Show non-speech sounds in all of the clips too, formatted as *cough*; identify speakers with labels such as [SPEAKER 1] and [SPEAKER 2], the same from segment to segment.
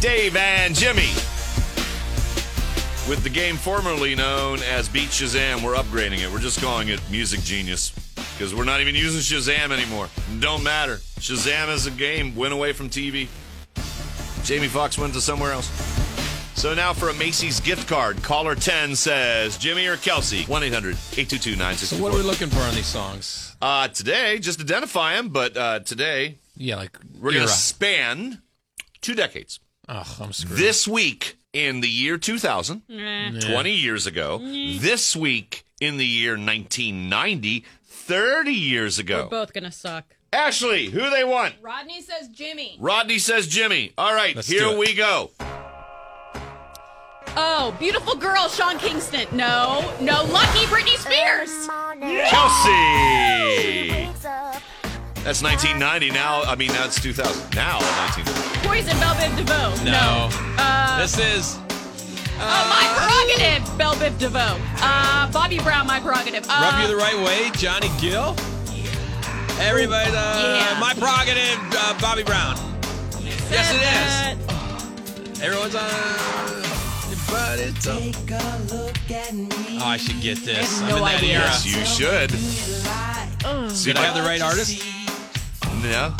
[SPEAKER 1] Dave and Jimmy. With the game formerly known as Beat Shazam, we're upgrading it. We're just calling it Music Genius because we're not even using Shazam anymore. Don't matter. Shazam as a game went away from TV. Jamie Foxx went to somewhere else. So now for a Macy's gift card, caller 10 says Jimmy or Kelsey, 1 800 822
[SPEAKER 2] So what are
[SPEAKER 1] 9624.
[SPEAKER 2] we looking for on these songs?
[SPEAKER 1] Uh, today, just identify them, but uh, today
[SPEAKER 2] Yeah, like
[SPEAKER 1] we're
[SPEAKER 2] era.
[SPEAKER 1] going to span two decades.
[SPEAKER 2] Ugh, I'm screwed.
[SPEAKER 1] This week in the year 2000, 20 years ago. This week in the year 1990, 30 years
[SPEAKER 2] Oh.
[SPEAKER 3] We're
[SPEAKER 1] ago.
[SPEAKER 3] both gonna suck.
[SPEAKER 1] Ashley, who they want?
[SPEAKER 3] Rodney says Jimmy.
[SPEAKER 1] Rodney says Jimmy. All right,
[SPEAKER 2] Let's do
[SPEAKER 1] here
[SPEAKER 2] it.
[SPEAKER 1] we go.
[SPEAKER 3] Oh, beautiful girl, Sean Kingston. No, no, lucky Britney Spears.
[SPEAKER 1] Chelsea. That's 1990. Now, I mean, that's 2000. Now, 1990.
[SPEAKER 3] Poison, Belle Biv DeVoe.
[SPEAKER 2] no. Uh,
[SPEAKER 3] no.
[SPEAKER 2] this is
[SPEAKER 3] Oh, my prerogative, Belle Biv DeVoe. Uh, Bobby Brown, my prerogative. Uh,
[SPEAKER 2] Rub You the Right Way, Johnny Gill. Everybody, uh,
[SPEAKER 3] Yeah.
[SPEAKER 2] my prerogative, uh, Bobby Brown. Yes, it
[SPEAKER 3] is.
[SPEAKER 2] is. Everyone's on. But it's a... Oh, I should get this.
[SPEAKER 3] I have
[SPEAKER 2] I'm
[SPEAKER 3] no
[SPEAKER 2] in that
[SPEAKER 3] idea.
[SPEAKER 2] era.
[SPEAKER 1] You should. See,
[SPEAKER 2] Did I have the right artist?
[SPEAKER 1] No.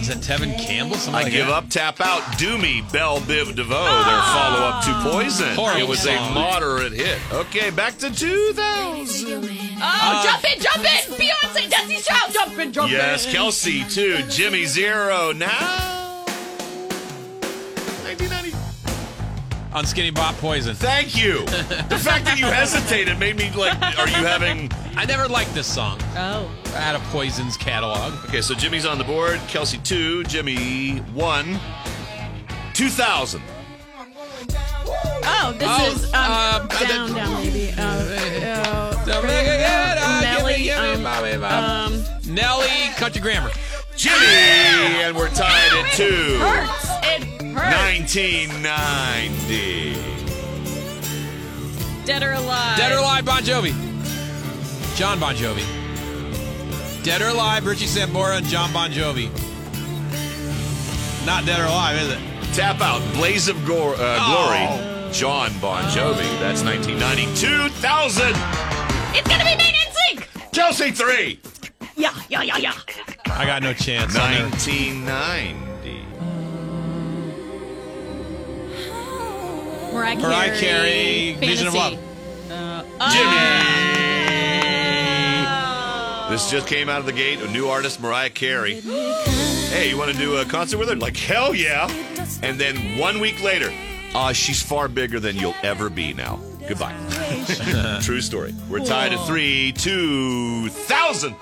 [SPEAKER 2] Is that Tevin Campbell? Something
[SPEAKER 1] I
[SPEAKER 2] like
[SPEAKER 1] give
[SPEAKER 2] that?
[SPEAKER 1] up, tap out, do me, Bell Biv DeVoe, their follow
[SPEAKER 3] Ah.
[SPEAKER 1] up to Poison.
[SPEAKER 2] Horrible
[SPEAKER 1] it was a
[SPEAKER 2] song.
[SPEAKER 1] moderate hit. Okay, back to 2000.
[SPEAKER 3] Oh,
[SPEAKER 2] Uh,
[SPEAKER 3] jump in, jump in. Beyonce, Destiny's Child, jump in, jump
[SPEAKER 1] Yes,
[SPEAKER 3] in.
[SPEAKER 1] Kelsey, too. Jimmy, zero. Now. 1990.
[SPEAKER 2] On Skinny Bop Poison.
[SPEAKER 1] Thank you. The fact that you hesitated made me like, are you having.
[SPEAKER 2] I never liked this song
[SPEAKER 3] Oh,
[SPEAKER 2] out of Poison's catalog.
[SPEAKER 1] Okay, so Jimmy's on the board. Kelsey, two. Jimmy, one. 2000.
[SPEAKER 3] oh, this
[SPEAKER 2] Oh,
[SPEAKER 3] is um,
[SPEAKER 2] um, uh,
[SPEAKER 3] down, down, maybe. Uh, uh,
[SPEAKER 2] Don't make it good, uh, give me,
[SPEAKER 3] Nelly,
[SPEAKER 2] give me,
[SPEAKER 3] um,
[SPEAKER 2] mommy, mom.
[SPEAKER 3] um,
[SPEAKER 2] Nelly, Country Grammar.
[SPEAKER 1] Jimmy! And we're tied at two.
[SPEAKER 3] hurts. It hurts.
[SPEAKER 1] 1990.
[SPEAKER 3] Dead or alive.
[SPEAKER 2] Dead or Alive, Bon Jovi. John Bon Jovi. Dead or Alive, Richie Sambora and John Bon Jovi. Not Dead or Alive, is it?
[SPEAKER 1] Tap out, Blaze of Gor- uh, Glory, John Bon Jovi. That's 1992, 2000.
[SPEAKER 3] It's gonna be made in sync.
[SPEAKER 1] Chelsea three.
[SPEAKER 3] Yeah, yeah, yeah, yeah.
[SPEAKER 2] I got no chance. I know.
[SPEAKER 1] 1990.
[SPEAKER 3] Mariah Carey.
[SPEAKER 2] Mariah Carey, Vision of Love.
[SPEAKER 3] Fantasy.
[SPEAKER 1] Jimmy. This just came out of the gate. A new artist, Mariah Carey.
[SPEAKER 3] *gasps*
[SPEAKER 1] Hey, you want to do a concert with her? Like hell yeah! And then one week later, uh, she's far bigger than you'll ever be now.
[SPEAKER 3] *laughs*
[SPEAKER 1] Goodbye. True story. We're tied at three, two thousand.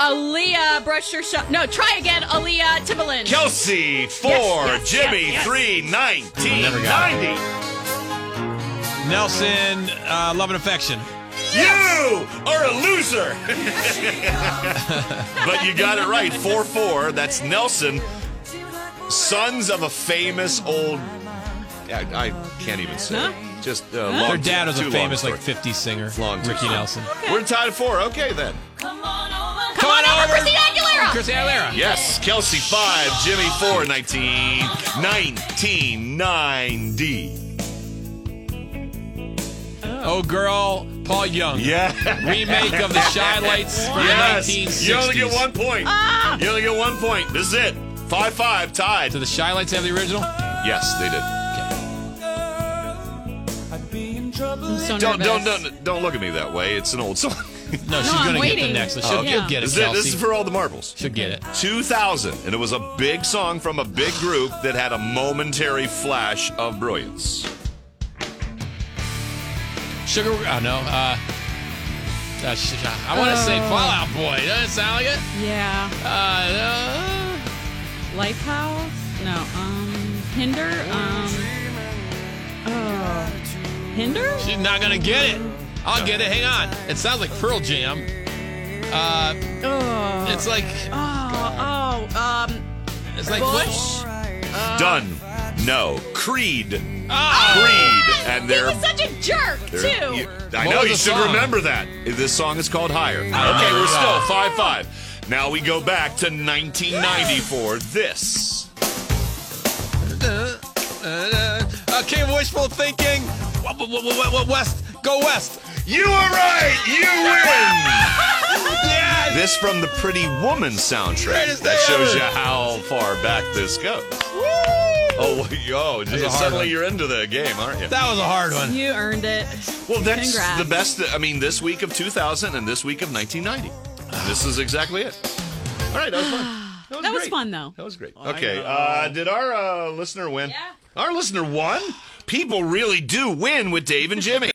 [SPEAKER 3] Aaliyah, brush your shot. No, try again. Aaliyah Timbaland.
[SPEAKER 1] Kelsey, four.
[SPEAKER 3] yes,
[SPEAKER 1] Jimmy,
[SPEAKER 3] yes, yes.
[SPEAKER 1] three. Nineteen
[SPEAKER 2] Never got
[SPEAKER 1] ninety.
[SPEAKER 2] Nelson, uh, Love and Affection.
[SPEAKER 1] You are a loser. *laughs* but you got it right. Four, four. That's Nelson. Sons of a famous old. I, I can't even say.
[SPEAKER 3] Huh?
[SPEAKER 1] Just uh, long.
[SPEAKER 2] Their dad was
[SPEAKER 1] too
[SPEAKER 2] a
[SPEAKER 1] long
[SPEAKER 2] famous
[SPEAKER 1] story.
[SPEAKER 2] like 50s singer,
[SPEAKER 1] Long
[SPEAKER 2] Ricky
[SPEAKER 1] story.
[SPEAKER 2] Nelson.
[SPEAKER 1] We're tied at four. Okay then.
[SPEAKER 3] Come on over. Come on over, Christina Aguilera.
[SPEAKER 2] Christina Aguilera.
[SPEAKER 1] Yes, Kelsey five, Jimmy four, 19, 1990.
[SPEAKER 2] Oh Girl, Paul Young.
[SPEAKER 1] Yeah.
[SPEAKER 2] Remake of the Shy Lights from
[SPEAKER 1] Yes.
[SPEAKER 2] the 1960s.
[SPEAKER 1] You only get one point.
[SPEAKER 2] Ah!
[SPEAKER 1] You only get one point. This is it. Five five tied.
[SPEAKER 2] Do the Shy Lights have the original?
[SPEAKER 1] Yes, they did.
[SPEAKER 3] I'm so
[SPEAKER 1] Don't don't
[SPEAKER 3] nervous.
[SPEAKER 1] don't don't look at me that way. It's an old
[SPEAKER 2] *laughs*
[SPEAKER 1] song.
[SPEAKER 2] No, she's
[SPEAKER 3] I'm
[SPEAKER 2] gonna get
[SPEAKER 3] waiting.
[SPEAKER 2] the next one. She'll,
[SPEAKER 3] Okay.
[SPEAKER 2] she'll Oh, get it,
[SPEAKER 1] This Oh. is, it.
[SPEAKER 2] Kelsey.
[SPEAKER 1] This is for all the marbles.
[SPEAKER 2] she'll get it.
[SPEAKER 1] 2000, and it was a big song from a big group that had a momentary flash of brilliance.
[SPEAKER 2] Sugar. Oh no. Uh, Uh, sh- I want to say Fallout Boy. Doesn't it sound like it?
[SPEAKER 3] Yeah.
[SPEAKER 2] Uh, uh,
[SPEAKER 3] Lifehouse? No. Um, Hinder? Um, oh. Hinder?
[SPEAKER 2] she's not gonna get it. I'll get it. Hang on. It sounds like Pearl Jam. Uh,
[SPEAKER 3] Oh.
[SPEAKER 2] it's like
[SPEAKER 3] Oh, oh, um,
[SPEAKER 2] it's like
[SPEAKER 3] Bush?
[SPEAKER 1] Done. No. Creed.
[SPEAKER 2] Ah!
[SPEAKER 1] Creed. And
[SPEAKER 3] He
[SPEAKER 1] they're.
[SPEAKER 3] was such a jerk,
[SPEAKER 1] they're-
[SPEAKER 3] too.
[SPEAKER 1] you- I
[SPEAKER 2] What
[SPEAKER 1] know
[SPEAKER 2] was
[SPEAKER 1] you
[SPEAKER 2] the
[SPEAKER 1] should
[SPEAKER 2] song?
[SPEAKER 1] remember that. This song is called Higher. Okay, we're still five five. Now we go back to 1990 for this.
[SPEAKER 2] Okay, wishful thinking. W- w- w- w- w- West, go west.
[SPEAKER 1] You were right. You win.
[SPEAKER 2] Yes.
[SPEAKER 1] This from the Pretty Woman soundtrack.
[SPEAKER 2] Greatest
[SPEAKER 1] That
[SPEAKER 2] day
[SPEAKER 1] shows
[SPEAKER 2] ever.
[SPEAKER 1] you how far back this goes. Oh, yo!
[SPEAKER 2] a hard
[SPEAKER 1] suddenly
[SPEAKER 2] one.
[SPEAKER 1] you're into the game, aren't you?
[SPEAKER 2] That was a hard one.
[SPEAKER 3] You earned it.
[SPEAKER 1] well, that's
[SPEAKER 3] Congrats.
[SPEAKER 1] the best. I mean, this week of 2000 and this week of 1990. This is exactly it. All right, that was
[SPEAKER 2] *sighs*
[SPEAKER 1] fun. That was,
[SPEAKER 3] That was
[SPEAKER 1] great.
[SPEAKER 3] fun, though.
[SPEAKER 1] That was great. Okay, uh, did our uh, listener win?
[SPEAKER 3] Yeah.
[SPEAKER 1] Our listener won. People really do win with Dave and Jimmy.